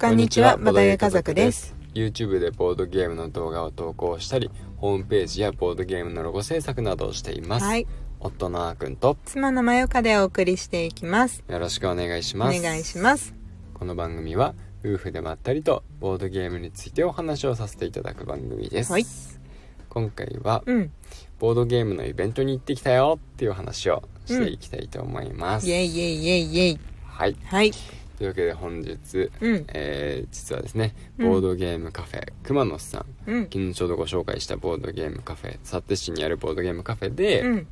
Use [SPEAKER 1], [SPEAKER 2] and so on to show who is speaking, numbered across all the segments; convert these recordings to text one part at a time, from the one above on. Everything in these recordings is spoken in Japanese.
[SPEAKER 1] こんにちは、まだや家族です。。
[SPEAKER 2] YouTube でボードゲームの動画を投稿したり、ホームページやボードゲームのロゴ制作などをしています。
[SPEAKER 1] はい、
[SPEAKER 2] 夫のあーくんと
[SPEAKER 1] 妻のまよかでお送りしていきます。
[SPEAKER 2] よろしくお願いし
[SPEAKER 1] お
[SPEAKER 2] ます。
[SPEAKER 1] 願いします。
[SPEAKER 2] この番組は夫婦でまったりとボードゲームについてお話をさせていただく番組です。
[SPEAKER 1] はい
[SPEAKER 2] 今回は
[SPEAKER 1] うん、
[SPEAKER 2] ボードゲームのイベントに行ってきたよっていうお話をしていきたいと思います。
[SPEAKER 1] イェイイェイイェイイェイ。
[SPEAKER 2] はい。
[SPEAKER 1] はい、
[SPEAKER 2] というわけで本日、
[SPEAKER 1] うん、
[SPEAKER 2] えー実はですね、
[SPEAKER 1] うん
[SPEAKER 2] ボードゲームカフェ、熊野さん、
[SPEAKER 1] うん、
[SPEAKER 2] 昨日ちょうどご紹介したボードゲームカフェ、幸手市にあるボードゲームカフェで、
[SPEAKER 1] うん、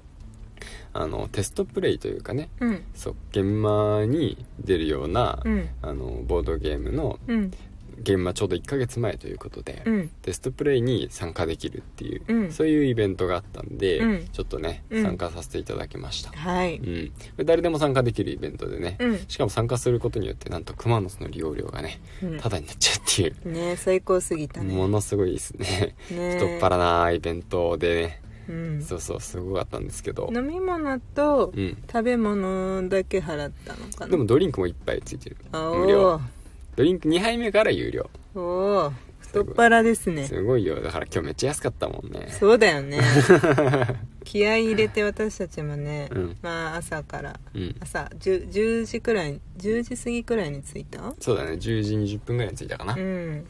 [SPEAKER 2] あの、テストプレイというかね、
[SPEAKER 1] うん、
[SPEAKER 2] そう、現場に出るような、
[SPEAKER 1] うん、
[SPEAKER 2] あの、ボードゲームの、
[SPEAKER 1] うん、
[SPEAKER 2] 現場ちょうど1ヶ月前ということで、
[SPEAKER 1] うん、
[SPEAKER 2] テストプレイに参加できるっていう、
[SPEAKER 1] うん
[SPEAKER 2] そういうイベントがあったんで、
[SPEAKER 1] うん
[SPEAKER 2] ちょっとね、
[SPEAKER 1] うん
[SPEAKER 2] 参加させていただきました。
[SPEAKER 1] はい、
[SPEAKER 2] うん、誰でも参加できるイベントでね、
[SPEAKER 1] うん
[SPEAKER 2] しかも参加することによってなんと熊野の利用料がね
[SPEAKER 1] うん
[SPEAKER 2] タダになっちゃうっていう、
[SPEAKER 1] ねえ、最高すぎたね。
[SPEAKER 2] ものすごいですね
[SPEAKER 1] ねえ
[SPEAKER 2] 太っ腹なイベントで
[SPEAKER 1] うん
[SPEAKER 2] ねそうそうすごかったんですけど、
[SPEAKER 1] 飲み物と
[SPEAKER 2] うん、
[SPEAKER 1] 食べ物だけ払ったのかな。
[SPEAKER 2] でもドリンクもいっぱいついてる
[SPEAKER 1] あ
[SPEAKER 2] 無料
[SPEAKER 1] お
[SPEAKER 2] ドリンク2杯目から有料
[SPEAKER 1] ーおー、太っ腹ですね。
[SPEAKER 2] すごいよだから今日めっちゃ安かったもんね
[SPEAKER 1] そうだよ ね気合い入れて私たちもね、
[SPEAKER 2] うん
[SPEAKER 1] まあ朝から
[SPEAKER 2] うん
[SPEAKER 1] 朝 10, 10時くらい10時過ぎくらいに着いた
[SPEAKER 2] そうだね10時20分ぐらいに着いたかな、
[SPEAKER 1] うん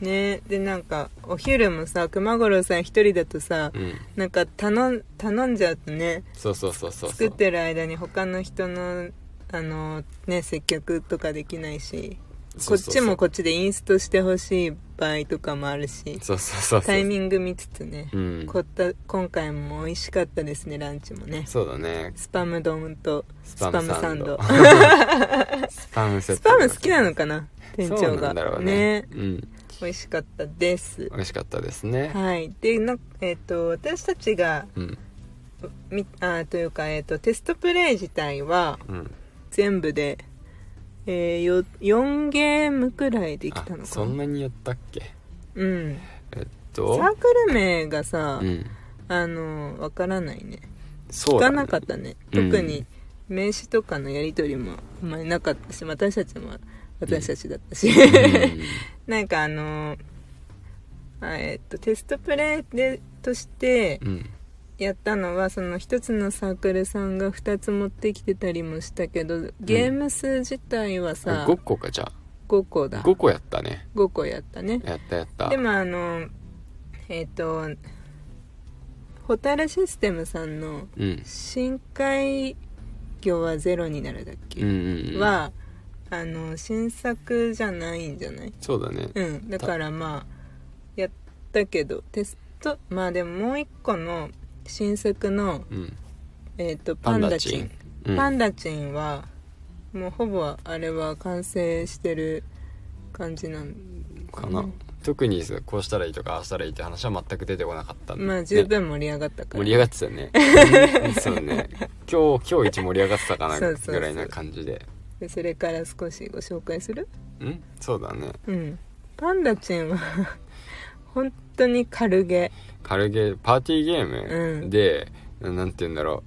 [SPEAKER 1] ねでなんかお昼もさ熊五郎さん一人だとさ、
[SPEAKER 2] うん、
[SPEAKER 1] なんか頼ん頼んじゃうとね
[SPEAKER 2] そうそうそうそう
[SPEAKER 1] 作ってる間に他の人のあのね接客とかできないし
[SPEAKER 2] そう
[SPEAKER 1] こ
[SPEAKER 2] そうそう
[SPEAKER 1] っちもこっちでインストしてほしい場合とかもあるし
[SPEAKER 2] そうそうそうそう
[SPEAKER 1] タイミング見つつね、
[SPEAKER 2] うん
[SPEAKER 1] こった今回も美味しかったですねランチもね
[SPEAKER 2] そうだね
[SPEAKER 1] スパム丼と
[SPEAKER 2] ス
[SPEAKER 1] スパムサンド
[SPEAKER 2] スパムセッ
[SPEAKER 1] ス
[SPEAKER 2] ト
[SPEAKER 1] パム好きなのかな店長が
[SPEAKER 2] そうなんだろうねうん
[SPEAKER 1] 美味しかったです
[SPEAKER 2] 美味しかったですね、
[SPEAKER 1] はいでなえっ、と私たちが
[SPEAKER 2] うん
[SPEAKER 1] みあというか、えっとテストプレイ自体は
[SPEAKER 2] うん
[SPEAKER 1] 全部で、えー、よ4ゲームくらいでき
[SPEAKER 2] あ
[SPEAKER 1] たのか
[SPEAKER 2] そんなにやったっけ
[SPEAKER 1] うん
[SPEAKER 2] えっ
[SPEAKER 1] サ
[SPEAKER 2] と
[SPEAKER 1] ークル名がさ、
[SPEAKER 2] うん
[SPEAKER 1] あのわからないね
[SPEAKER 2] そ
[SPEAKER 1] 聞
[SPEAKER 2] うだ
[SPEAKER 1] か
[SPEAKER 2] ね
[SPEAKER 1] なかったね
[SPEAKER 2] うん
[SPEAKER 1] 特に名刺とかのやり取りもあんまりなかったし私たちも私たちだったし、
[SPEAKER 2] うん
[SPEAKER 1] なんかあのあえっとテストプレイでとして
[SPEAKER 2] うん
[SPEAKER 1] やったのはその一つのサークルさんが2つ持ってきてたりもしたけどゲーム数自体は さ、
[SPEAKER 2] 5個かじゃ
[SPEAKER 1] 5個
[SPEAKER 2] あ
[SPEAKER 1] だ
[SPEAKER 2] 5個やったね
[SPEAKER 1] 5個やったね
[SPEAKER 2] やったやった
[SPEAKER 1] でもあのえっ、とホタルシステムさんの
[SPEAKER 2] うん
[SPEAKER 1] 深海魚はゼロになるだっけ、
[SPEAKER 2] うんうんうん
[SPEAKER 1] はあの新作じゃないんじゃない
[SPEAKER 2] そうだね
[SPEAKER 1] うんだからまあやったけどテストまあでももう一個の新作の、
[SPEAKER 2] うん
[SPEAKER 1] えー、と
[SPEAKER 2] パ
[SPEAKER 1] パ
[SPEAKER 2] ン
[SPEAKER 1] ン
[SPEAKER 2] ダ
[SPEAKER 1] ダ
[SPEAKER 2] チ
[SPEAKER 1] チ
[SPEAKER 2] ン
[SPEAKER 1] ン
[SPEAKER 2] うん
[SPEAKER 1] パンダチンはもうほぼあれは完成してる感じなん
[SPEAKER 2] かな特にさこうしたらいいとかああしたらいいって話は全く出てこなかったんで
[SPEAKER 1] まあ十分盛り上がったから、
[SPEAKER 2] 盛り上がって たねそうね今日今日一盛り上がってたかな
[SPEAKER 1] そうそうそう
[SPEAKER 2] ぐらいな感じで
[SPEAKER 1] でそれから少しご紹介する
[SPEAKER 2] うんそうだね
[SPEAKER 1] うんパンダチンは 本当に軽げ
[SPEAKER 2] 軽ゲーパーティーゲー
[SPEAKER 1] う
[SPEAKER 2] ム
[SPEAKER 1] ん
[SPEAKER 2] で、なんて言うんだろ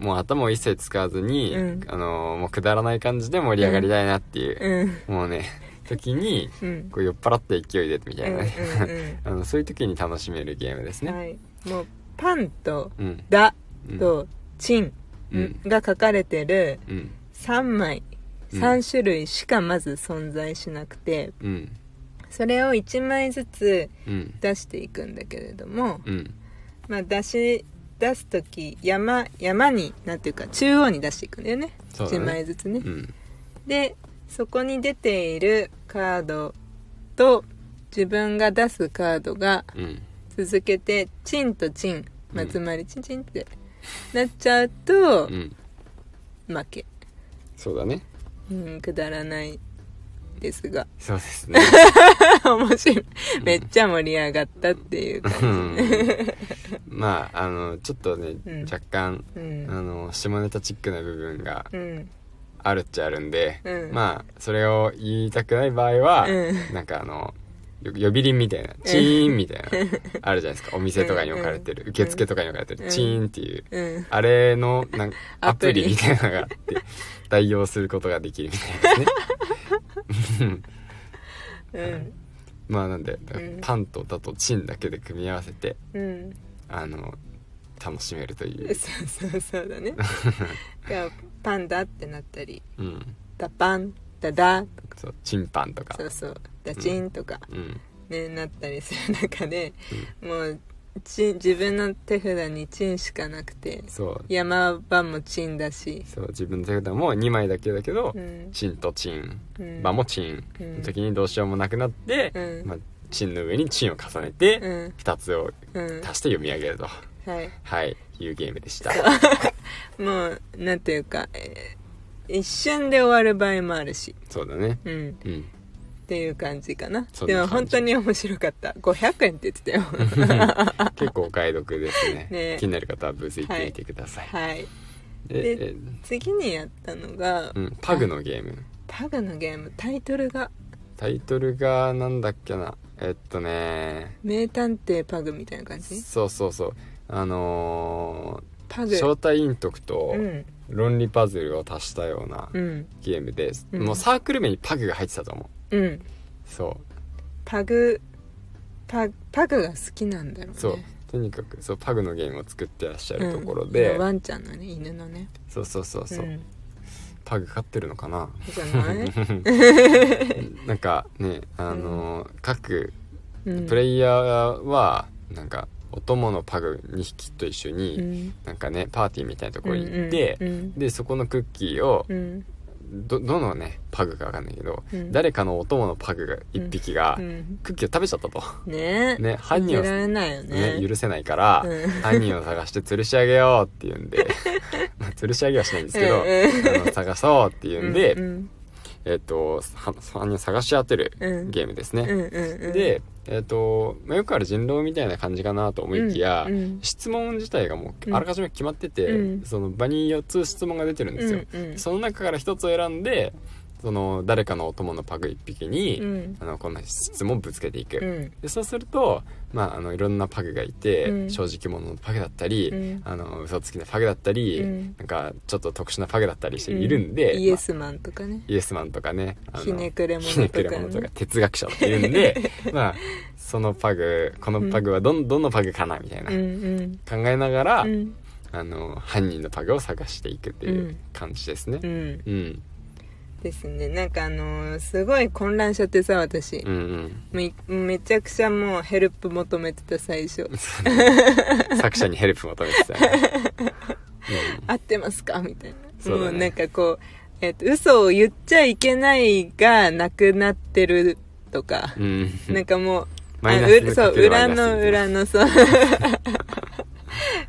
[SPEAKER 2] うもう頭を一切使わずに、
[SPEAKER 1] うん
[SPEAKER 2] あのーもうくだらない感じで盛り上がりたいなっていう、
[SPEAKER 1] うん
[SPEAKER 2] もうね時に
[SPEAKER 1] うん
[SPEAKER 2] こう酔っ払って勢いでみたいなね、
[SPEAKER 1] うんうんうん
[SPEAKER 2] あのそういう時に楽しめるゲームですね、
[SPEAKER 1] はい、もうパンと
[SPEAKER 2] うん
[SPEAKER 1] 「だ
[SPEAKER 2] うん」
[SPEAKER 1] と「チン
[SPEAKER 2] うん」
[SPEAKER 1] が書かれてる
[SPEAKER 2] うん
[SPEAKER 1] 3枚
[SPEAKER 2] うん
[SPEAKER 1] 3種類しかまず存在しなくて
[SPEAKER 2] うん
[SPEAKER 1] それを1枚ずつ
[SPEAKER 2] うん
[SPEAKER 1] 出していくんだけれども、
[SPEAKER 2] うん
[SPEAKER 1] まあ、出し出す時山山になんていうか中央に出していくんだよね
[SPEAKER 2] そうだ
[SPEAKER 1] 1
[SPEAKER 2] ね
[SPEAKER 1] 枚ずつね
[SPEAKER 2] う。ん
[SPEAKER 1] でそこに出ているカードと自分が出すカードが
[SPEAKER 2] うん
[SPEAKER 1] 続けてチンとチン、まあ、
[SPEAKER 2] うん
[SPEAKER 1] つまりチンチンってなっちゃうと、
[SPEAKER 2] うん
[SPEAKER 1] 負け、
[SPEAKER 2] そうだね
[SPEAKER 1] うん、くだらないですが
[SPEAKER 2] そうですね
[SPEAKER 1] 面白いめっちゃ盛り上がったっていう感じ、
[SPEAKER 2] うんまああのちょっとね、
[SPEAKER 1] うん
[SPEAKER 2] 若干
[SPEAKER 1] う
[SPEAKER 2] あ
[SPEAKER 1] ん
[SPEAKER 2] の下ネタチックな部分が
[SPEAKER 1] うん
[SPEAKER 2] あるっちゃあるんで、
[SPEAKER 1] うん
[SPEAKER 2] まあそれを言いたくない場合は、
[SPEAKER 1] うん
[SPEAKER 2] なんかあのよ呼び鈴みたいなチーンみたいな、 あるじゃないですかお店とかに置かれてる、受付とかに置かれてる、
[SPEAKER 1] うん
[SPEAKER 2] チーンっていう、
[SPEAKER 1] うん
[SPEAKER 2] あれのなんア
[SPEAKER 1] ア
[SPEAKER 2] プ
[SPEAKER 1] プリ
[SPEAKER 2] リ みたいなのがあって代用することができるみたいですね
[SPEAKER 1] うん
[SPEAKER 2] まあなんで
[SPEAKER 1] ん
[SPEAKER 2] パンとだとチンだけで組み合わせて
[SPEAKER 1] うん
[SPEAKER 2] あの楽しめるという、
[SPEAKER 1] そうそうそうだねいやパンダってなったり
[SPEAKER 2] うん、
[SPEAKER 1] ダパンダダ
[SPEAKER 2] そうチンパンとか
[SPEAKER 1] そうそうダチンとか、
[SPEAKER 2] うん
[SPEAKER 1] ね、なったりする中で、もうチン自分の手札にチンしかなくて
[SPEAKER 2] そう
[SPEAKER 1] 山場もチンだし、
[SPEAKER 2] そう自分の手札も2枚だけだけど、
[SPEAKER 1] うん
[SPEAKER 2] チンとチン、
[SPEAKER 1] うん
[SPEAKER 2] バもチン
[SPEAKER 1] うん
[SPEAKER 2] の時にどうしようもなくなって、
[SPEAKER 1] うん
[SPEAKER 2] まあ、チンの上にチンを重ねて、
[SPEAKER 1] うん
[SPEAKER 2] 2つを
[SPEAKER 1] うん
[SPEAKER 2] 足して読み上げると、
[SPEAKER 1] はい
[SPEAKER 2] はいいうゲームでした
[SPEAKER 1] もうなんていうか、えー一瞬で終わる場合もあるし、
[SPEAKER 2] そうだね
[SPEAKER 1] うん、っ
[SPEAKER 2] うん
[SPEAKER 1] ていう感じかな
[SPEAKER 2] そんな感じ
[SPEAKER 1] でも本当に面白かった500円って言ってたよ
[SPEAKER 2] 結構お買い得ですね
[SPEAKER 1] ね
[SPEAKER 2] 気になる方はブース行ってみてください、
[SPEAKER 1] はい
[SPEAKER 2] で
[SPEAKER 1] で
[SPEAKER 2] え
[SPEAKER 1] 次にやったのが、
[SPEAKER 2] うん、パグのゲーム
[SPEAKER 1] パグのゲームタイトルが
[SPEAKER 2] タイトルがなんだっけなえっとね
[SPEAKER 1] 「名探偵パグ」みたいな感じ
[SPEAKER 2] そうそうそうあの
[SPEAKER 1] パ
[SPEAKER 2] ー
[SPEAKER 1] グ
[SPEAKER 2] 招待イントクと
[SPEAKER 1] うん
[SPEAKER 2] 論理パズルを足したような
[SPEAKER 1] うん
[SPEAKER 2] ゲームで、
[SPEAKER 1] うん
[SPEAKER 2] もうサークル名にパグが入ってたと思
[SPEAKER 1] うん
[SPEAKER 2] うそ
[SPEAKER 1] パグパパグが好きなんだろうね
[SPEAKER 2] うそう、とにかくそうパグのゲームを作ってらっしゃ
[SPEAKER 1] うん
[SPEAKER 2] るところで、
[SPEAKER 1] ワンちゃんのね犬のね
[SPEAKER 2] そうそうそうそう、
[SPEAKER 1] ん、
[SPEAKER 2] パグ飼ってるのかな
[SPEAKER 1] じゃない、
[SPEAKER 2] なんかねあのー各
[SPEAKER 1] うん、
[SPEAKER 2] プレイヤーはなんかお供のパグ2匹と一緒に、
[SPEAKER 1] うん
[SPEAKER 2] なんかねパーティーみたいなところに行って、
[SPEAKER 1] うん
[SPEAKER 2] でそこのクッキーを
[SPEAKER 1] うんうん
[SPEAKER 2] どどのねパグかわかんないけど、
[SPEAKER 1] うん
[SPEAKER 2] 誰かのお供のパグが1匹が、
[SPEAKER 1] うん
[SPEAKER 2] クッキーを食べちゃったと、
[SPEAKER 1] ねえ
[SPEAKER 2] ね犯人
[SPEAKER 1] 信
[SPEAKER 2] を
[SPEAKER 1] じられないよね
[SPEAKER 2] ね許せないから、
[SPEAKER 1] うん
[SPEAKER 2] 犯人を探して吊るし上げようっていうんで まあ吊るし上げはしないんですけ
[SPEAKER 1] う
[SPEAKER 2] ど、
[SPEAKER 1] ん
[SPEAKER 2] あの探そうっていうんで、
[SPEAKER 1] うん
[SPEAKER 2] えっとは犯人を探し当てる
[SPEAKER 1] うん
[SPEAKER 2] ゲームですね、
[SPEAKER 1] うんうんうん、
[SPEAKER 2] で、えっとまあ、よくある人狼みたいな感じかなと思いきや、
[SPEAKER 1] うんうん
[SPEAKER 2] 質問自体がも
[SPEAKER 1] う
[SPEAKER 2] うんあらかじめ決まってて、
[SPEAKER 1] うん
[SPEAKER 2] その場に4つ質問が出てるんですよ、
[SPEAKER 1] うんうん
[SPEAKER 2] その中から1つを選んでその誰かのお供のパグ1匹に、
[SPEAKER 1] うん
[SPEAKER 2] あのこんな質問をぶつけていく、
[SPEAKER 1] うん
[SPEAKER 2] でそうすると、まあ、あのいろんなパグがいて、
[SPEAKER 1] うん
[SPEAKER 2] 正直者のパグだったり、
[SPEAKER 1] うん
[SPEAKER 2] あの嘘つきのパグだったり、
[SPEAKER 1] うん
[SPEAKER 2] なんかちょっと特殊なパグだったりしているんで、
[SPEAKER 1] イエスマンとかね
[SPEAKER 2] イエスマンとかねあの
[SPEAKER 1] ひねくれ者と
[SPEAKER 2] ひ
[SPEAKER 1] かね
[SPEAKER 2] ねくれ者とか哲学者っていう んでまあそのパグこのパグはどんどんのパグかなみたいな、
[SPEAKER 1] うんうん
[SPEAKER 2] 考えながら、
[SPEAKER 1] うん
[SPEAKER 2] あの犯人のパグを探していくっていう感じですね
[SPEAKER 1] う、ん
[SPEAKER 2] うん、
[SPEAKER 1] ですねなんかあのーすごい混乱しちゃってさ私
[SPEAKER 2] うんうん
[SPEAKER 1] めめちゃくちゃもうヘルプ求めてた最 初
[SPEAKER 2] 作者にヘルプ求めてたよね、
[SPEAKER 1] 合ってますかみたいな
[SPEAKER 2] そうだね
[SPEAKER 1] もうなんかこう、えっと嘘を言っちゃいけないがなくなってるとか
[SPEAKER 2] う、んうん
[SPEAKER 1] なんかもう
[SPEAKER 2] マイ
[SPEAKER 1] あ
[SPEAKER 2] ナス
[SPEAKER 1] うそう
[SPEAKER 2] かけるマ
[SPEAKER 1] 裏
[SPEAKER 2] イナス
[SPEAKER 1] の
[SPEAKER 2] みたいな
[SPEAKER 1] 裏のそう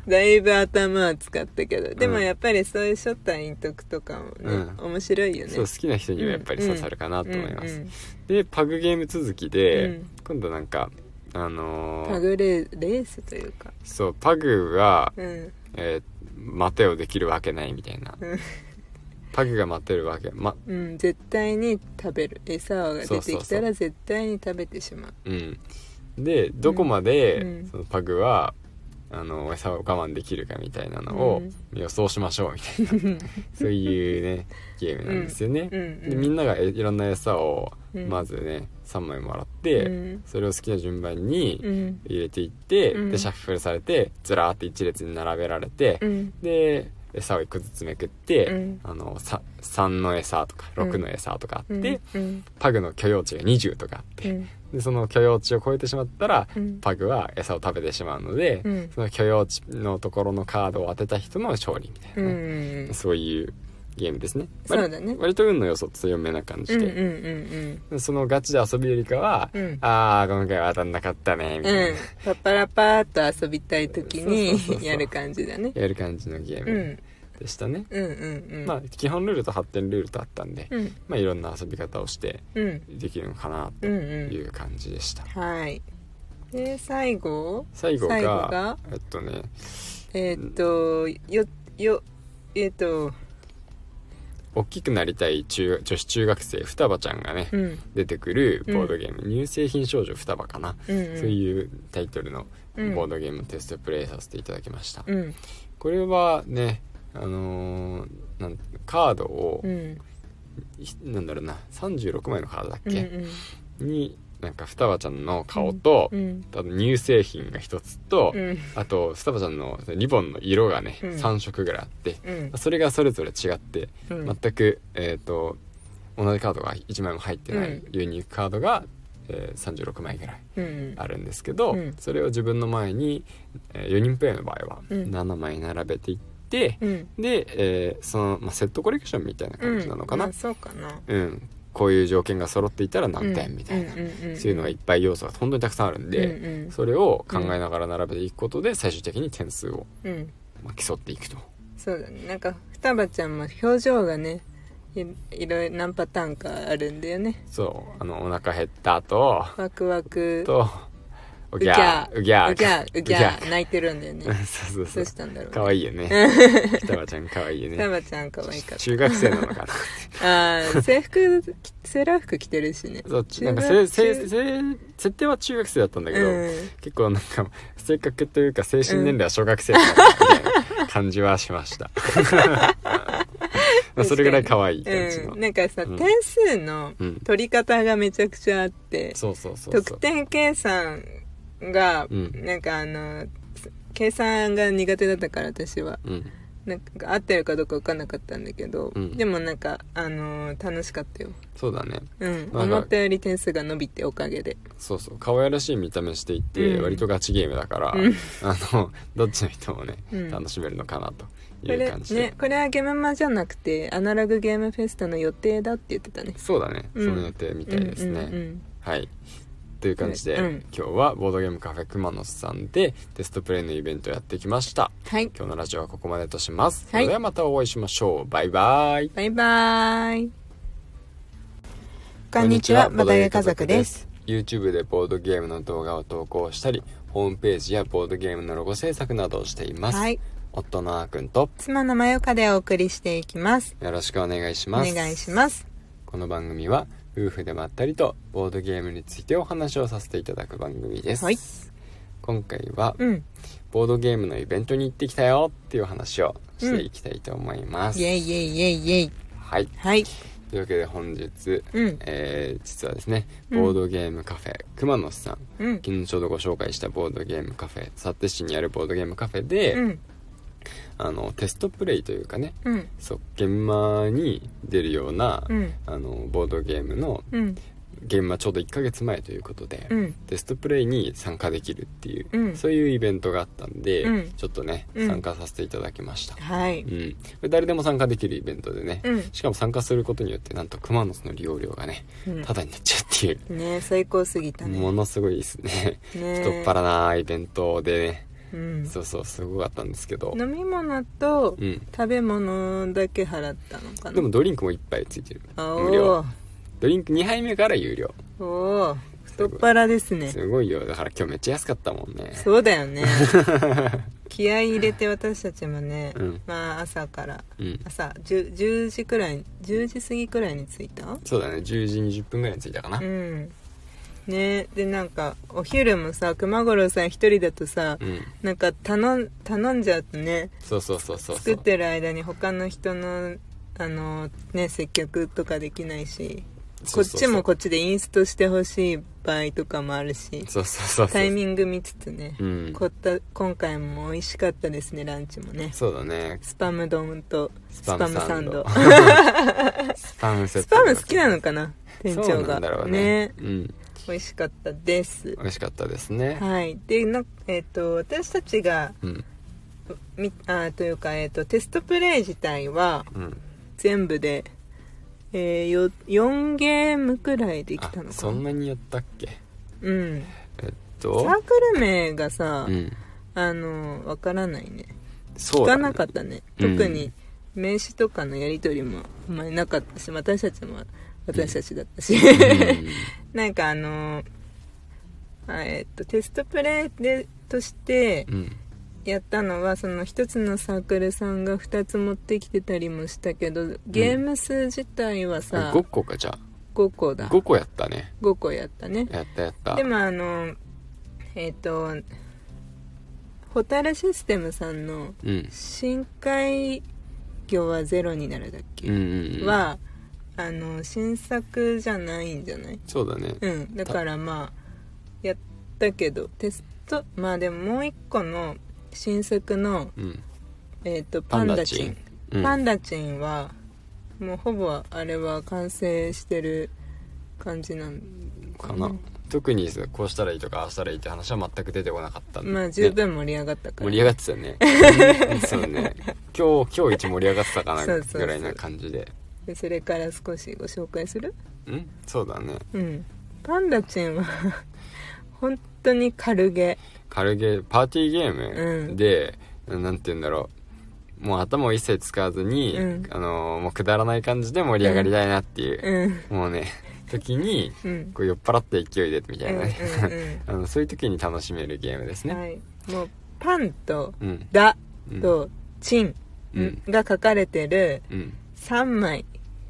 [SPEAKER 1] だいぶ頭は使ったけどでも
[SPEAKER 2] うん
[SPEAKER 1] やっぱりそういう初対陰徳とかもね、
[SPEAKER 2] うん
[SPEAKER 1] 面白いよね
[SPEAKER 2] そう好きな人にはやっぱり刺さるかなと思います、
[SPEAKER 1] うんうん
[SPEAKER 2] でパグゲーム続きで、
[SPEAKER 1] うん
[SPEAKER 2] 今度なんかあのー
[SPEAKER 1] パグレレースというか
[SPEAKER 2] そうパグは、
[SPEAKER 1] うん
[SPEAKER 2] えー待てをできるわけないみたいな
[SPEAKER 1] うん
[SPEAKER 2] パグが待てるわけま
[SPEAKER 1] うん、絶対に食べる餌が出て
[SPEAKER 2] そう
[SPEAKER 1] き
[SPEAKER 2] そう
[SPEAKER 1] た
[SPEAKER 2] そ
[SPEAKER 1] ら絶対に食べてしまう
[SPEAKER 2] うんでどこまで、
[SPEAKER 1] うん
[SPEAKER 2] そのパグはあの餌を我慢できるかみたいなのを
[SPEAKER 1] うん
[SPEAKER 2] 予想しましょうみたいな、 そういうねゲームなんですよね、
[SPEAKER 1] うんうん
[SPEAKER 2] でみんながえいろんな餌を
[SPEAKER 1] うん
[SPEAKER 2] まずね3枚もらって、
[SPEAKER 1] うん
[SPEAKER 2] それを好きな順番に
[SPEAKER 1] うん
[SPEAKER 2] 入れていって、
[SPEAKER 1] うん
[SPEAKER 2] でシャッフルされてずらーって一列に並べられて、
[SPEAKER 1] うん
[SPEAKER 2] で餌を1個ずつめくって、
[SPEAKER 1] うん
[SPEAKER 2] あのさ3の餌とか6の餌とかあって、
[SPEAKER 1] うん
[SPEAKER 2] パグの許容値が20とかあっ
[SPEAKER 1] う
[SPEAKER 2] て、
[SPEAKER 1] ん
[SPEAKER 2] でその許容値を超えてしまったら、
[SPEAKER 1] うん
[SPEAKER 2] パグは餌を食べてしまうので、
[SPEAKER 1] うん
[SPEAKER 2] その許容値のところのカードを当てた人の勝利みた
[SPEAKER 1] うん
[SPEAKER 2] いな
[SPEAKER 1] う
[SPEAKER 2] ね、
[SPEAKER 1] ん
[SPEAKER 2] そういうゲームですね
[SPEAKER 1] そうだね
[SPEAKER 2] 割と運の要素強めな感じ
[SPEAKER 1] うんうん
[SPEAKER 2] で、
[SPEAKER 1] うん
[SPEAKER 2] そのガチで遊びよりかは、
[SPEAKER 1] うん
[SPEAKER 2] ああ今回は当たんなかったねみた
[SPEAKER 1] う
[SPEAKER 2] い
[SPEAKER 1] ん
[SPEAKER 2] な、
[SPEAKER 1] パッパラパーっと遊びたい時に
[SPEAKER 2] そうそうそうそう
[SPEAKER 1] やる感じだね
[SPEAKER 2] やる感じのゲー
[SPEAKER 1] うん
[SPEAKER 2] ムでしたね、
[SPEAKER 1] うんうんうん
[SPEAKER 2] まあ基本ルールと発展ルールとあったんで、
[SPEAKER 1] うん
[SPEAKER 2] まあいろんな遊び方をして
[SPEAKER 1] うん
[SPEAKER 2] できるのかな
[SPEAKER 1] うん
[SPEAKER 2] というう感じでした、
[SPEAKER 1] んはいで最後
[SPEAKER 2] 最後が
[SPEAKER 1] 最後が
[SPEAKER 2] えっとね
[SPEAKER 1] えーっとよよえーっと
[SPEAKER 2] 大きくなりたい中女子中学生双葉ちゃんがね、
[SPEAKER 1] うん
[SPEAKER 2] 出てくるボードゲーム「乳製品少女双葉」かな、
[SPEAKER 1] うんうん
[SPEAKER 2] そういうタイトルの
[SPEAKER 1] うん
[SPEAKER 2] ボードゲームをテストプレイさせていただきました、
[SPEAKER 1] うん
[SPEAKER 2] これはねあのーなんカードを
[SPEAKER 1] う、ん
[SPEAKER 2] ひなんだろうな36枚のカードだっ
[SPEAKER 1] うん
[SPEAKER 2] け、になんか双葉ちゃんの顔と、
[SPEAKER 1] うん
[SPEAKER 2] あと乳製品が一つと、
[SPEAKER 1] うん
[SPEAKER 2] あと双葉ちゃんのリボンの色がね、
[SPEAKER 1] うん
[SPEAKER 2] 3色ぐらいあって、
[SPEAKER 1] うん
[SPEAKER 2] それがそれぞれ違って、
[SPEAKER 1] うん
[SPEAKER 2] 全く、えー、と同じカードが1枚も入ってない
[SPEAKER 1] うん
[SPEAKER 2] ユニークカードが、えー36枚ぐらい
[SPEAKER 1] うん
[SPEAKER 2] あるんですけど、
[SPEAKER 1] うん
[SPEAKER 2] それを自分の前に、え4人プレイの場合は
[SPEAKER 1] うん
[SPEAKER 2] 7枚並べていって、
[SPEAKER 1] うん
[SPEAKER 2] で、えーその、まあ、セットコレクションみたいな感じなのかな、
[SPEAKER 1] うまあ
[SPEAKER 2] うんん
[SPEAKER 1] そうかな
[SPEAKER 2] こういう条件が揃っていたら何
[SPEAKER 1] う
[SPEAKER 2] 点
[SPEAKER 1] ん
[SPEAKER 2] みたいな、
[SPEAKER 1] うんうんうん
[SPEAKER 2] そういうのがいっぱい要素が本当にたくさんあるんで、
[SPEAKER 1] うんうん
[SPEAKER 2] それを考えながら並べていくことで最終的に点数を、
[SPEAKER 1] うん
[SPEAKER 2] まあ、競っていくと。
[SPEAKER 1] そうだねなんか双葉ちゃんも表情がねいいろいろ何パターンかあるんだよね
[SPEAKER 2] そうあのお腹減ったと
[SPEAKER 1] ワクワク
[SPEAKER 2] とうぎゃー
[SPEAKER 1] う
[SPEAKER 2] う
[SPEAKER 1] ぎ
[SPEAKER 2] ぎ
[SPEAKER 1] ゃ
[SPEAKER 2] ゃ
[SPEAKER 1] ー
[SPEAKER 2] ー
[SPEAKER 1] うぎゃーうぎゃー泣いてるんだよ
[SPEAKER 2] うぎゃー
[SPEAKER 1] ね
[SPEAKER 2] そう
[SPEAKER 1] ど
[SPEAKER 2] そうう
[SPEAKER 1] し
[SPEAKER 2] そう
[SPEAKER 1] たんだろう
[SPEAKER 2] かわいい よね双葉ちゃんかわいいよ
[SPEAKER 1] 双
[SPEAKER 2] ね
[SPEAKER 1] 葉ちゃんかわいいから
[SPEAKER 2] 中学生なの かな
[SPEAKER 1] あー制服 きセーラー服着てるしね
[SPEAKER 2] そうちなんか
[SPEAKER 1] 中
[SPEAKER 2] せ
[SPEAKER 1] 学
[SPEAKER 2] せせ設定は中学生だったんだけど、
[SPEAKER 1] うん
[SPEAKER 2] 結構なんか性格というか精神年齢は小学生だったみたいな感じはしましたまあそれぐらい可愛い感じの、
[SPEAKER 1] うん、なんかさ、
[SPEAKER 2] うん
[SPEAKER 1] 点数の
[SPEAKER 2] うん
[SPEAKER 1] 取り方がめちゃくちゃあって
[SPEAKER 2] そうそうそうそ
[SPEAKER 1] 得
[SPEAKER 2] う
[SPEAKER 1] 点計算が、
[SPEAKER 2] うん
[SPEAKER 1] なんかあのつ計算が苦手だったから私は
[SPEAKER 2] うん
[SPEAKER 1] なんか合ってるかどうか分かんなかったんだけど、
[SPEAKER 2] うん
[SPEAKER 1] でもなんかあのー楽しかったよ
[SPEAKER 2] そうだね
[SPEAKER 1] うん
[SPEAKER 2] なんか
[SPEAKER 1] 思ったより点数が伸びておかげで
[SPEAKER 2] そうそう可愛らしい見た目していて、
[SPEAKER 1] うん
[SPEAKER 2] 割とガチゲームだから、
[SPEAKER 1] うん
[SPEAKER 2] あのどっちの人もね、
[SPEAKER 1] うん
[SPEAKER 2] 楽しめるのかな
[SPEAKER 1] こと
[SPEAKER 2] いう
[SPEAKER 1] れ
[SPEAKER 2] 感じで、
[SPEAKER 1] ねこれはゲームマじゃなくてアナログゲームフェスタの予定だって言ってたね
[SPEAKER 2] そうだね、
[SPEAKER 1] うん
[SPEAKER 2] その予定みたいですね、
[SPEAKER 1] うんうん
[SPEAKER 2] はいという感じで、
[SPEAKER 1] うん
[SPEAKER 2] 今日はボードゲームカフェくまのすさんでテストプレイのイベントをやってきました
[SPEAKER 1] はい
[SPEAKER 2] 今日のラジオはここまでとします、
[SPEAKER 1] はい
[SPEAKER 2] それではまたお会いしましょうバイバイ
[SPEAKER 1] バイバイこんにちはボドゲ家族です
[SPEAKER 2] YouTube でボードゲームの動画を投稿したりホームページやボードゲームのロゴ制作などをしています、
[SPEAKER 1] はい
[SPEAKER 2] 夫のあーくんと
[SPEAKER 1] 妻のまよかでお送りしていきます
[SPEAKER 2] よろしくお願いし
[SPEAKER 1] お
[SPEAKER 2] ます
[SPEAKER 1] 願いします
[SPEAKER 2] この番組は夫婦でまったりとボードゲームについてお話をさせていただく番組です、
[SPEAKER 1] はい
[SPEAKER 2] 今回は
[SPEAKER 1] うん
[SPEAKER 2] ボードゲームのイベントに行ってきたよっていうお話をしていきたいと思います、
[SPEAKER 1] イエイイエイイエイイエイ
[SPEAKER 2] はい
[SPEAKER 1] はい
[SPEAKER 2] というわけで本日、
[SPEAKER 1] うん
[SPEAKER 2] えー実はですね
[SPEAKER 1] うん
[SPEAKER 2] ボードゲームカフェ熊野さん
[SPEAKER 1] うん
[SPEAKER 2] 昨日ちょうどご紹介したボードゲームカフェ幸手市にあるボードゲームカフェで、
[SPEAKER 1] うん
[SPEAKER 2] あのテストプレイというかね
[SPEAKER 1] うん
[SPEAKER 2] そう現場に出るような、
[SPEAKER 1] うん
[SPEAKER 2] あのボードゲームの
[SPEAKER 1] うん
[SPEAKER 2] 現場ちょうど1ヶ月前ということで、
[SPEAKER 1] うん
[SPEAKER 2] テストプレイに参加できるっていう、
[SPEAKER 1] うん
[SPEAKER 2] そういうイベントがあったんで、
[SPEAKER 1] うん
[SPEAKER 2] ちょっとね
[SPEAKER 1] うん
[SPEAKER 2] 参加させていただきました、
[SPEAKER 1] はい
[SPEAKER 2] うん、これ誰でも参加できるイベントでね、
[SPEAKER 1] うん
[SPEAKER 2] しかも参加することによってなんと熊野の利用料がね
[SPEAKER 1] うん
[SPEAKER 2] タダになっちゃうっていう、
[SPEAKER 1] ねえ最高すぎたね
[SPEAKER 2] ものすごいですね
[SPEAKER 1] ね
[SPEAKER 2] 太っ腹なイベントでね
[SPEAKER 1] うん
[SPEAKER 2] そうそうすごかったんですけど、
[SPEAKER 1] 飲み物と
[SPEAKER 2] うん、
[SPEAKER 1] 食べ物だけ払ったのかな
[SPEAKER 2] でもドリンクも一杯ついてる
[SPEAKER 1] あ
[SPEAKER 2] 無料ドリンク2杯目から有料
[SPEAKER 1] おーおー太っ腹ですね
[SPEAKER 2] すごいよだから今日めっちゃ安かったもんね
[SPEAKER 1] そうだよ ね気合い入れて私たちもね、
[SPEAKER 2] うん
[SPEAKER 1] まあ朝から
[SPEAKER 2] うん
[SPEAKER 1] 朝 10, 10時くらい10時過ぎくらいに着いた
[SPEAKER 2] そうだね10時20分ぐらいに着いたかな、
[SPEAKER 1] うんねでなんかお昼もさ熊五郎さん一人だとさ、
[SPEAKER 2] うん、
[SPEAKER 1] なんか頼ん頼んじゃうとね
[SPEAKER 2] そうそうそうそう
[SPEAKER 1] 作ってる間に他の人のあのね接客とかできないし
[SPEAKER 2] そうそうそう
[SPEAKER 1] こっちもこっちでインストしてほしい場合とかもあるし
[SPEAKER 2] そうそうそうそう
[SPEAKER 1] タイミング見つつね、
[SPEAKER 2] うん
[SPEAKER 1] こった今回も美味しかったですねランチもね
[SPEAKER 2] そうだね
[SPEAKER 1] スパム丼とス
[SPEAKER 2] ス
[SPEAKER 1] パ
[SPEAKER 2] パ
[SPEAKER 1] ム
[SPEAKER 2] ム
[SPEAKER 1] サ
[SPEAKER 2] サ
[SPEAKER 1] ン
[SPEAKER 2] ン
[SPEAKER 1] ド
[SPEAKER 2] ド スパムセッ
[SPEAKER 1] ス
[SPEAKER 2] ト
[SPEAKER 1] パム好きなのかな店
[SPEAKER 2] そ
[SPEAKER 1] 長
[SPEAKER 2] うな
[SPEAKER 1] が
[SPEAKER 2] んだろうね
[SPEAKER 1] ね
[SPEAKER 2] うん
[SPEAKER 1] 美味しかったです
[SPEAKER 2] 美味しかったですね、
[SPEAKER 1] はいでなえっ、と私たちが
[SPEAKER 2] うん
[SPEAKER 1] みあというか、えっとテストプレイ自体は
[SPEAKER 2] うん
[SPEAKER 1] 全部で、えー、よ4ゲームくらいでき
[SPEAKER 2] あ
[SPEAKER 1] たのか
[SPEAKER 2] そんなにやったっけ
[SPEAKER 1] うん
[SPEAKER 2] えっ
[SPEAKER 1] サ
[SPEAKER 2] と
[SPEAKER 1] ークル名がさ、
[SPEAKER 2] うん
[SPEAKER 1] あのわからないね
[SPEAKER 2] そ
[SPEAKER 1] 聞
[SPEAKER 2] うだ
[SPEAKER 1] か
[SPEAKER 2] ね
[SPEAKER 1] なかったね
[SPEAKER 2] うん
[SPEAKER 1] 特に名刺とかのやり取りもあんまりなかったし私たちも私たちだったし、
[SPEAKER 2] うん
[SPEAKER 1] なんかあのあえっとテストプレイでとして
[SPEAKER 2] うん
[SPEAKER 1] やったのはその一つのサークルさんが2つ持ってきてたりもしたけどゲーム数自体はさ、
[SPEAKER 2] 5個かじゃ
[SPEAKER 1] 5個
[SPEAKER 2] あ
[SPEAKER 1] だ
[SPEAKER 2] 5個やったね
[SPEAKER 1] 5個やったね
[SPEAKER 2] やったやった
[SPEAKER 1] でもあのえっ、とホタルシステムさんの
[SPEAKER 2] うん
[SPEAKER 1] 深海魚はゼロになるだっけ、
[SPEAKER 2] うんうんうん
[SPEAKER 1] はあの新作じゃないんじゃない
[SPEAKER 2] そうだね
[SPEAKER 1] うんだからまあやったけどテストまあでももう一個の新作の、
[SPEAKER 2] うん
[SPEAKER 1] えー、とパ
[SPEAKER 2] パン
[SPEAKER 1] ン
[SPEAKER 2] ダ
[SPEAKER 1] ダ
[SPEAKER 2] チ
[SPEAKER 1] チン
[SPEAKER 2] ンうん
[SPEAKER 1] パンダチンはもうほぼあれは完成してる感じなん
[SPEAKER 2] かな特にさこうしたらいいとかああしたらいいって話は全く出てこなかったんで
[SPEAKER 1] まあ十
[SPEAKER 2] ね
[SPEAKER 1] 分盛り上がったから、
[SPEAKER 2] 盛り上がって たねうんそうね今日今日一盛り上がってたか
[SPEAKER 1] そ
[SPEAKER 2] な
[SPEAKER 1] うそうそう
[SPEAKER 2] ぐらいな感じで
[SPEAKER 1] でそれから少しご紹介する
[SPEAKER 2] うんそうだね
[SPEAKER 1] うんパンダチンは 本当に軽げ
[SPEAKER 2] 軽ゲーパーティーゲー
[SPEAKER 1] う
[SPEAKER 2] ム
[SPEAKER 1] ん
[SPEAKER 2] で、なんて言うんだろうもう頭を一切使わずに、
[SPEAKER 1] うん
[SPEAKER 2] あのーもうくだらない感じで盛り上がりたいなっていう、
[SPEAKER 1] うん
[SPEAKER 2] もうね時に
[SPEAKER 1] うん
[SPEAKER 2] こう酔っ払った勢いでみたいなね、
[SPEAKER 1] うんうんうん
[SPEAKER 2] あのそういう時に楽しめるゲームですね、
[SPEAKER 1] はいもうパンと
[SPEAKER 2] うん
[SPEAKER 1] ダ
[SPEAKER 2] うん
[SPEAKER 1] とチン
[SPEAKER 2] うん
[SPEAKER 1] が書かれてる
[SPEAKER 2] うん
[SPEAKER 1] 3枚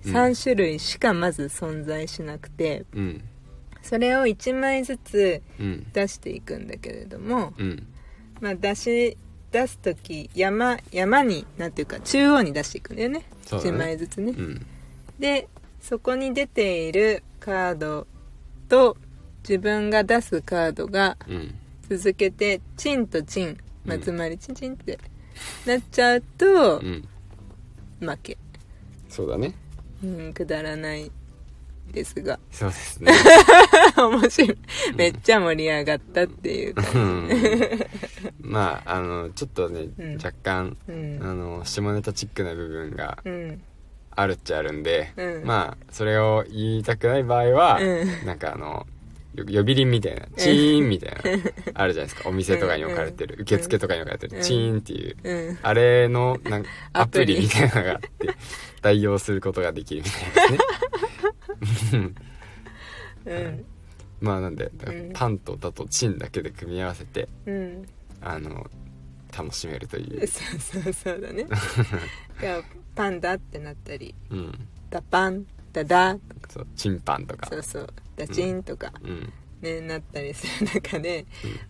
[SPEAKER 2] うん
[SPEAKER 1] 3種類しかまず存在しなくて
[SPEAKER 2] うん
[SPEAKER 1] それを1枚ずつ
[SPEAKER 2] うん
[SPEAKER 1] 出していくんだけれども、
[SPEAKER 2] うん
[SPEAKER 1] まあ、出し出す時山山になんていうか中央に出していくんだよね
[SPEAKER 2] そうだ
[SPEAKER 1] 1
[SPEAKER 2] ね
[SPEAKER 1] 枚ずつね、
[SPEAKER 2] うん
[SPEAKER 1] でそこに出ているカードと自分が出すカードが
[SPEAKER 2] うん
[SPEAKER 1] 続けてチンとチン、まあ、
[SPEAKER 2] うん
[SPEAKER 1] つまりチンチンってなっちゃうと、
[SPEAKER 2] うん
[SPEAKER 1] 負け、
[SPEAKER 2] そうだね
[SPEAKER 1] うん、くだらないですが
[SPEAKER 2] そうですね
[SPEAKER 1] 面白いめっちゃ盛り上がったっていうか、
[SPEAKER 2] うんまああのちょっとね、
[SPEAKER 1] うん
[SPEAKER 2] 若干
[SPEAKER 1] う
[SPEAKER 2] あ
[SPEAKER 1] ん
[SPEAKER 2] の下ネタチックな部分が
[SPEAKER 1] うん
[SPEAKER 2] あるっちゃあるんで、
[SPEAKER 1] うん
[SPEAKER 2] まあそれを言いたくない場合は、
[SPEAKER 1] うん
[SPEAKER 2] なんかあのよ呼び鈴みたいなチーンみたいな、 あるじゃないですかお店とかに置かれてる、受付とかに置かれてる、
[SPEAKER 1] うん
[SPEAKER 2] チーンっていう、
[SPEAKER 1] うん
[SPEAKER 2] あれのなん ア
[SPEAKER 1] ア
[SPEAKER 2] プ
[SPEAKER 1] プリ
[SPEAKER 2] リみたいなのがあって代用することができるみ たいですね
[SPEAKER 1] うん
[SPEAKER 2] まあなんで
[SPEAKER 1] ん
[SPEAKER 2] パンとだとチンだけで組み合わせて
[SPEAKER 1] うん
[SPEAKER 2] あの楽しめるという、
[SPEAKER 1] そうそうそうだねいやパンダってなったり
[SPEAKER 2] うん、
[SPEAKER 1] ダパンダダ
[SPEAKER 2] そうチンパンとか
[SPEAKER 1] そうそうダチンとか
[SPEAKER 2] うん
[SPEAKER 1] ね、なったりする中で、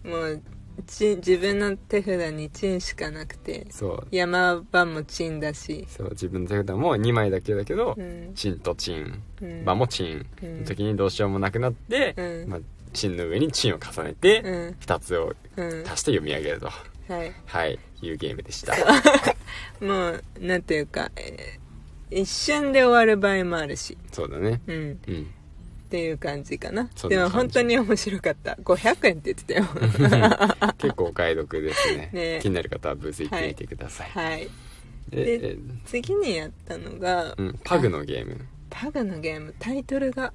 [SPEAKER 1] もうチン自分の手札にチンしかなくて
[SPEAKER 2] そう
[SPEAKER 1] 山場もチンだし
[SPEAKER 2] そう自分の手札も2枚だけだけど、
[SPEAKER 1] うん
[SPEAKER 2] チンとチン、
[SPEAKER 1] うん
[SPEAKER 2] バもチン、
[SPEAKER 1] うん
[SPEAKER 2] の時にどうしようもなくなって、
[SPEAKER 1] うん
[SPEAKER 2] まあ、チンの上にチンを重ねて、
[SPEAKER 1] うん
[SPEAKER 2] 2つを
[SPEAKER 1] うん
[SPEAKER 2] 足して読み上げると、
[SPEAKER 1] はい
[SPEAKER 2] はいいうゲームでした
[SPEAKER 1] もうなんていうか、えー一瞬で終わる場合もあるし
[SPEAKER 2] そうだね
[SPEAKER 1] うん
[SPEAKER 2] うん
[SPEAKER 1] っていう感じかな
[SPEAKER 2] そんな
[SPEAKER 1] で
[SPEAKER 2] 感じ
[SPEAKER 1] も本当に面白かった500円って言ってたよ
[SPEAKER 2] 結構お買い得ですね
[SPEAKER 1] ね
[SPEAKER 2] 気になる方はブース行ってみてください、
[SPEAKER 1] はい
[SPEAKER 2] え
[SPEAKER 1] で
[SPEAKER 2] え
[SPEAKER 1] 次にやったのが、
[SPEAKER 2] うん、パグのゲーム
[SPEAKER 1] パグのゲームタイトルが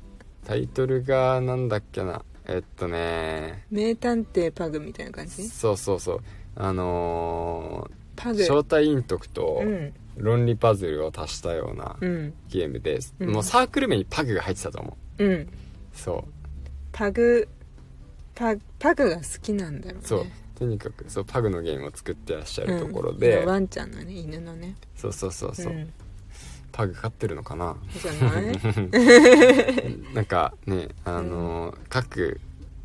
[SPEAKER 2] タイトルがなんだっけなえっとね
[SPEAKER 1] 「名探偵パグ」みたいな感じ
[SPEAKER 2] そうそうそうあの
[SPEAKER 1] パ
[SPEAKER 2] ー
[SPEAKER 1] グ
[SPEAKER 2] 招待イントクと
[SPEAKER 1] うん
[SPEAKER 2] 論理パズルを足したような
[SPEAKER 1] うん
[SPEAKER 2] ゲームで、
[SPEAKER 1] うん
[SPEAKER 2] もうサークル名にパグが入ってたと思
[SPEAKER 1] うん
[SPEAKER 2] うそう
[SPEAKER 1] パグパパグが好きなんだろうね
[SPEAKER 2] そうとにかくそうパグのゲームを作ってらっしゃ
[SPEAKER 1] うん
[SPEAKER 2] るところで、
[SPEAKER 1] ワンちゃんのね犬のね
[SPEAKER 2] そうそうそうそう、
[SPEAKER 1] ん、
[SPEAKER 2] パグ飼ってるのか な
[SPEAKER 1] じゃ ない、
[SPEAKER 2] なんかねあのー各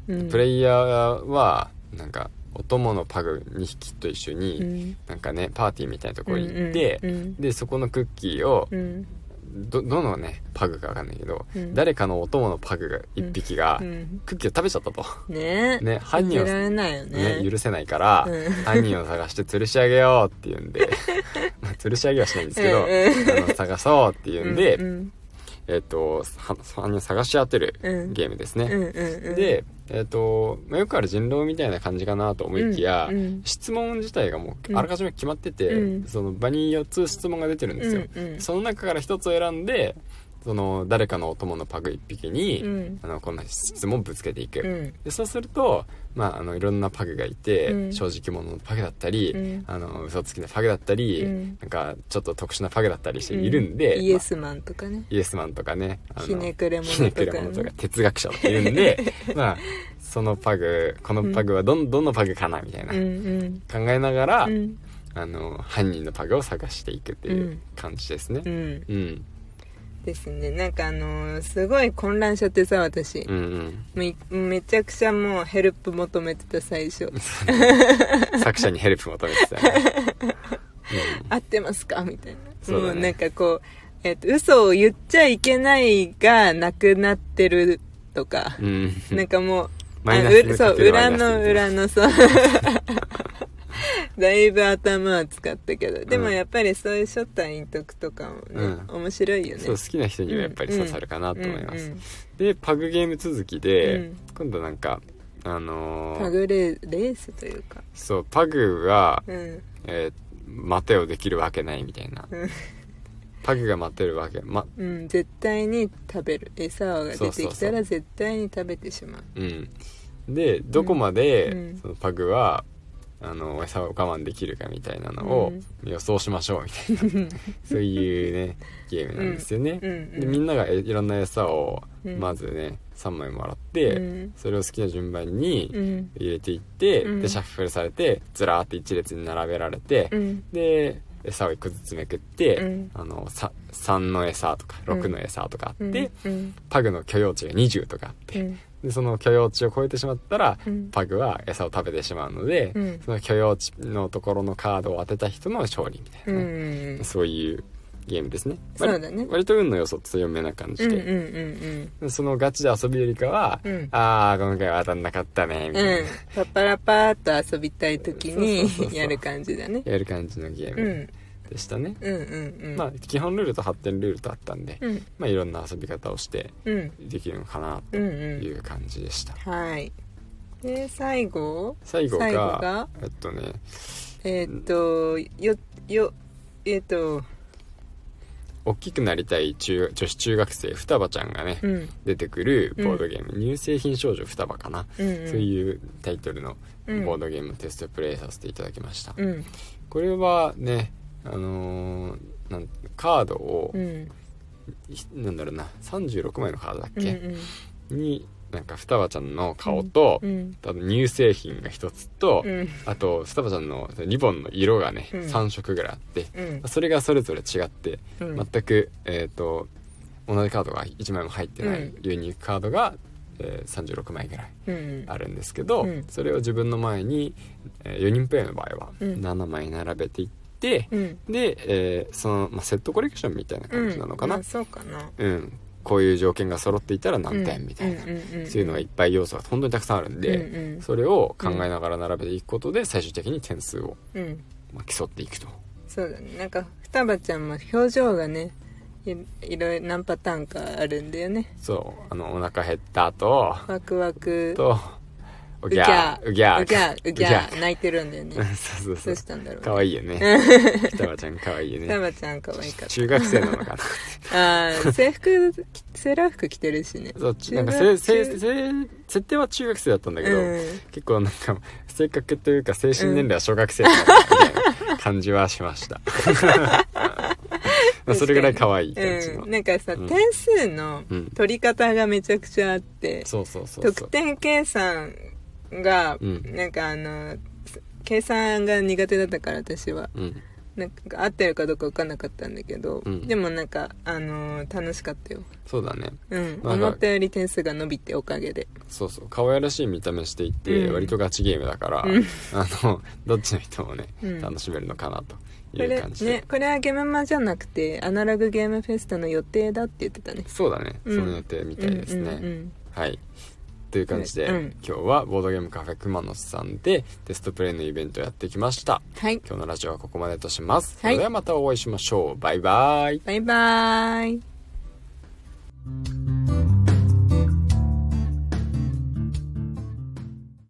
[SPEAKER 1] うん、
[SPEAKER 2] プレイヤーはなんかお供のパグ2匹と一緒に、
[SPEAKER 1] うん
[SPEAKER 2] なんかねパーティーみたいなところに行って、
[SPEAKER 1] うん
[SPEAKER 2] でそこのクッキーを
[SPEAKER 1] うんうん
[SPEAKER 2] どどのねパグかわかんないけど、
[SPEAKER 1] うん
[SPEAKER 2] 誰かのお供のパグが1匹が、
[SPEAKER 1] うん
[SPEAKER 2] クッキーを食べちゃったと、
[SPEAKER 1] ねえ
[SPEAKER 2] ね犯人
[SPEAKER 1] 信
[SPEAKER 2] を
[SPEAKER 1] じられないよね
[SPEAKER 2] ね、許せないから、
[SPEAKER 1] うん
[SPEAKER 2] 犯人を探して吊るし上げようっていうんで まあ吊るし上げはしないんですけど、
[SPEAKER 1] うん
[SPEAKER 2] あの探そうっていうんで、
[SPEAKER 1] うん
[SPEAKER 2] えっ、とは犯人を探し当てる
[SPEAKER 1] うん
[SPEAKER 2] ゲームです
[SPEAKER 1] うんうん
[SPEAKER 2] ね、
[SPEAKER 1] うん、
[SPEAKER 2] で、えっとまあよくある人狼みたいな感じかなと思いきや、
[SPEAKER 1] うんうん
[SPEAKER 2] 質問自体がも
[SPEAKER 1] う
[SPEAKER 2] うんあらかじめ決まってて、
[SPEAKER 1] うん
[SPEAKER 2] その場に4つ質問が出てるんですよ、
[SPEAKER 1] うんうん
[SPEAKER 2] その中から1つを選んでその誰かのお供のパグ1匹に、
[SPEAKER 1] うん
[SPEAKER 2] あのこんな質問をぶつけていく、
[SPEAKER 1] うん
[SPEAKER 2] でそうすると、まあ、あのいろんなパグがいて、
[SPEAKER 1] うん
[SPEAKER 2] 正直者のパグだったり、
[SPEAKER 1] うん
[SPEAKER 2] あの嘘つきのパグだったり、
[SPEAKER 1] うん
[SPEAKER 2] なんかちょっと特殊なパグだったりしているんで、
[SPEAKER 1] イエスマンとかね
[SPEAKER 2] まあイエスマンとかねあの
[SPEAKER 1] ひねくれ者と
[SPEAKER 2] ひ
[SPEAKER 1] かね
[SPEAKER 2] ねくれ者とか哲学者とかいる んでまあそのパグこのパグはどんどんのパグかなみたいな、
[SPEAKER 1] うんうん
[SPEAKER 2] 考えながら、
[SPEAKER 1] うん
[SPEAKER 2] あの犯人のパグを探していくっていううん感じですね
[SPEAKER 1] う。ん
[SPEAKER 2] うん、
[SPEAKER 1] ですねなんかあのーすごい混乱しちゃってさ私
[SPEAKER 2] うん、うん
[SPEAKER 1] めめちゃくちゃもうヘルプ求めてた最 初
[SPEAKER 2] 作者 にヘルプ求めてたよね。
[SPEAKER 1] 合ってますかみたいな
[SPEAKER 2] そうだね
[SPEAKER 1] もうなんかこうえっと、嘘を言っちゃいけないがなくなってるとか、
[SPEAKER 2] うん。
[SPEAKER 1] なんかもう、
[SPEAKER 2] マイナ
[SPEAKER 1] あ
[SPEAKER 2] ス
[SPEAKER 1] うそう、裏の裏
[SPEAKER 2] の。
[SPEAKER 1] の、そう。 だいぶ頭は使ったけど、でもやっぱりそういう初対陰徳とかもね、
[SPEAKER 2] う
[SPEAKER 1] 面白いよね。
[SPEAKER 2] そう、好きな人にはやっぱり刺さるかなと思いま
[SPEAKER 1] うんう
[SPEAKER 2] す。
[SPEAKER 1] ん
[SPEAKER 2] で、パグゲーム続きで
[SPEAKER 1] うん、
[SPEAKER 2] 今度なんか、あのー
[SPEAKER 1] パグレレースというか、
[SPEAKER 2] そう、パグが、
[SPEAKER 1] うん、
[SPEAKER 2] えー待てをできるわけないみたいな
[SPEAKER 1] うん。
[SPEAKER 2] パグが待てるわけ、ま、
[SPEAKER 1] うん、絶対に食べる餌が出て
[SPEAKER 2] そう
[SPEAKER 1] き
[SPEAKER 2] そう
[SPEAKER 1] た
[SPEAKER 2] そ
[SPEAKER 1] ら
[SPEAKER 2] う
[SPEAKER 1] 絶対に食べてしまう
[SPEAKER 2] うん。で、どこまで、
[SPEAKER 1] うん
[SPEAKER 2] そのパグは、あの、餌を我慢できるかみたいなのを予想しましょうみたいな、 そういうね、ゲームなんですよね。
[SPEAKER 1] うんうん
[SPEAKER 2] で、みんながえいろんな餌を、
[SPEAKER 1] うん
[SPEAKER 2] まずね、3枚もらっ
[SPEAKER 1] う
[SPEAKER 2] て、
[SPEAKER 1] ん
[SPEAKER 2] それを好きな順番
[SPEAKER 1] う
[SPEAKER 2] に
[SPEAKER 1] ん
[SPEAKER 2] 入れていって、
[SPEAKER 1] うん
[SPEAKER 2] で、シャッフルされて、ずらーって一列に並べられて、
[SPEAKER 1] うん
[SPEAKER 2] で餌を一個ずつめくって、
[SPEAKER 1] うん
[SPEAKER 2] あのさ3の餌とか6の餌とかあって、
[SPEAKER 1] うん
[SPEAKER 2] パグの許容値が20とかあっ
[SPEAKER 1] う
[SPEAKER 2] て、
[SPEAKER 1] ん
[SPEAKER 2] でその許容値を超えてしまったら、
[SPEAKER 1] うん
[SPEAKER 2] パグは餌を食べてしまうので、
[SPEAKER 1] うん
[SPEAKER 2] その許容値のところのカードを当てた人の勝利みた
[SPEAKER 1] う
[SPEAKER 2] い
[SPEAKER 1] ん
[SPEAKER 2] な
[SPEAKER 1] う
[SPEAKER 2] ね、
[SPEAKER 1] ん
[SPEAKER 2] そういうゲームですね
[SPEAKER 1] そうだね
[SPEAKER 2] 割と運の要素強めな感
[SPEAKER 1] う
[SPEAKER 2] じ
[SPEAKER 1] ん
[SPEAKER 2] で、
[SPEAKER 1] うん
[SPEAKER 2] そのガチで遊びよりかは、
[SPEAKER 1] うん
[SPEAKER 2] ああ今回は当たんなかったねみた
[SPEAKER 1] う
[SPEAKER 2] いな、
[SPEAKER 1] んパッパラパーっと遊びたい時にやる感じだね
[SPEAKER 2] やる感じのゲー
[SPEAKER 1] う
[SPEAKER 2] ム
[SPEAKER 1] ん
[SPEAKER 2] でしたね、
[SPEAKER 1] うんうんうん
[SPEAKER 2] まあ基本ルールと発展ルールとあったんで、
[SPEAKER 1] うん
[SPEAKER 2] まあ、いろんな遊び方をして
[SPEAKER 1] うん
[SPEAKER 2] できるのかな
[SPEAKER 1] うん
[SPEAKER 2] と
[SPEAKER 1] う
[SPEAKER 2] い
[SPEAKER 1] ん
[SPEAKER 2] う感じでした、
[SPEAKER 1] はいで最後
[SPEAKER 2] 最後が
[SPEAKER 1] 最後が
[SPEAKER 2] えっとね
[SPEAKER 1] えーっとよよえーっと
[SPEAKER 2] 大きくなりたい中女子中学生双葉ちゃんがね、
[SPEAKER 1] うん
[SPEAKER 2] 出てくるボードゲーム「乳製品少女双葉」かな、
[SPEAKER 1] うんうん
[SPEAKER 2] そういうタイトルの
[SPEAKER 1] うん
[SPEAKER 2] ボードゲームをテストプレイさせていただきました、
[SPEAKER 1] うん
[SPEAKER 2] これはねあのーなんカードを、
[SPEAKER 1] うん
[SPEAKER 2] ひなんだろうな36枚のカードだっ
[SPEAKER 1] うん
[SPEAKER 2] け、になんか双葉ちゃんの顔と、
[SPEAKER 1] うん
[SPEAKER 2] あと乳製品が一つと、
[SPEAKER 1] うん
[SPEAKER 2] あとスタバちゃんのリボンの色がね、
[SPEAKER 1] うん
[SPEAKER 2] 3色ぐらいあって
[SPEAKER 1] うん
[SPEAKER 2] それがそれぞれ違って、
[SPEAKER 1] うん
[SPEAKER 2] 全く、えー、と同じカードが1枚も入ってない
[SPEAKER 1] うん
[SPEAKER 2] ユニークカードが、えー36枚ぐらい
[SPEAKER 1] うん
[SPEAKER 2] あるんですけど、
[SPEAKER 1] うん
[SPEAKER 2] それを自分の前に、え4人プレイの場合は
[SPEAKER 1] うん
[SPEAKER 2] 7枚並べていって、
[SPEAKER 1] うん
[SPEAKER 2] で、えーその、まあ、セットコレクションみたいな感じなのかな、
[SPEAKER 1] うま
[SPEAKER 2] うんん
[SPEAKER 1] あそうかな
[SPEAKER 2] こういう条件が揃っていたら何点みたいな、
[SPEAKER 1] うんうんうんうん
[SPEAKER 2] そういうのがいっぱい要素が本当にたくさんあるんで。
[SPEAKER 1] うんうん
[SPEAKER 2] それを考えながら並べていくことで最終的に点数を
[SPEAKER 1] うん
[SPEAKER 2] まあ競っていくと
[SPEAKER 1] そうだねなんか双葉ちゃんも表情がねいいろいろ何パターンかあるんだよね
[SPEAKER 2] そうあのお腹減ったと
[SPEAKER 1] ワクワク
[SPEAKER 2] とうぎゃー
[SPEAKER 1] う
[SPEAKER 2] う
[SPEAKER 1] ぎ
[SPEAKER 2] ぎ
[SPEAKER 1] ゃ
[SPEAKER 2] ゃ
[SPEAKER 1] ー
[SPEAKER 2] ー
[SPEAKER 1] うぎゃーうぎゃ
[SPEAKER 2] う
[SPEAKER 1] ー泣いてるんだよね
[SPEAKER 2] ぎゃー そう
[SPEAKER 1] ど
[SPEAKER 2] そうう
[SPEAKER 1] し
[SPEAKER 2] そ
[SPEAKER 1] たんだろ
[SPEAKER 2] う
[SPEAKER 1] う
[SPEAKER 2] かわいいよね ひたまちゃんかわいいよ
[SPEAKER 1] 双
[SPEAKER 2] ね
[SPEAKER 1] 葉ちゃん可愛かっ
[SPEAKER 2] 中学生なのかな
[SPEAKER 1] たあー制服きセーラー服着てるしね
[SPEAKER 2] そうちなんか
[SPEAKER 1] 中
[SPEAKER 2] せ
[SPEAKER 1] 学
[SPEAKER 2] せせ設定は中学生だったんだけど、
[SPEAKER 1] うん
[SPEAKER 2] 結構なんか性格というか精神年齢は小学生だったみたい な感じはしましたまあそれぐらい可愛い感じの、
[SPEAKER 1] うん、なんかさ、
[SPEAKER 2] うん
[SPEAKER 1] 点数の
[SPEAKER 2] うん
[SPEAKER 1] 取り方がめちゃくちゃあって、
[SPEAKER 2] そうそうそうそう
[SPEAKER 1] 得点計算が、
[SPEAKER 2] うん
[SPEAKER 1] なんかあのす計算が苦手だったから私は
[SPEAKER 2] うん
[SPEAKER 1] なんか合ってるかどうか分かんなかったんだけど、
[SPEAKER 2] うん
[SPEAKER 1] でもなんか、あのー楽しかったよ、
[SPEAKER 2] そうだね
[SPEAKER 1] うん、
[SPEAKER 2] なんか
[SPEAKER 1] 思ったより点数が伸びておかげで
[SPEAKER 2] そうそう可愛らしい見た目していて、
[SPEAKER 1] うん
[SPEAKER 2] 割とガチゲームだから、
[SPEAKER 1] うん
[SPEAKER 2] あのどっちの人もね、
[SPEAKER 1] うん
[SPEAKER 2] 楽しめるのかな
[SPEAKER 1] こと
[SPEAKER 2] い
[SPEAKER 1] れ
[SPEAKER 2] う感じで、
[SPEAKER 1] ねこれはゲームマじゃなくてアナログゲームフェスタの予定だって言ってたね
[SPEAKER 2] そうだね、
[SPEAKER 1] うん
[SPEAKER 2] その予定みたいですね、
[SPEAKER 1] うんうん
[SPEAKER 2] はいという感じで、
[SPEAKER 1] うん
[SPEAKER 2] 今日はボードゲームカフェくまのすさんでテストプレイのイベントをやってきました
[SPEAKER 1] はい
[SPEAKER 2] 今日のラジオはここまでとします、
[SPEAKER 1] はい
[SPEAKER 2] それではまたお会いしましょうバイバイ
[SPEAKER 1] バイバーイ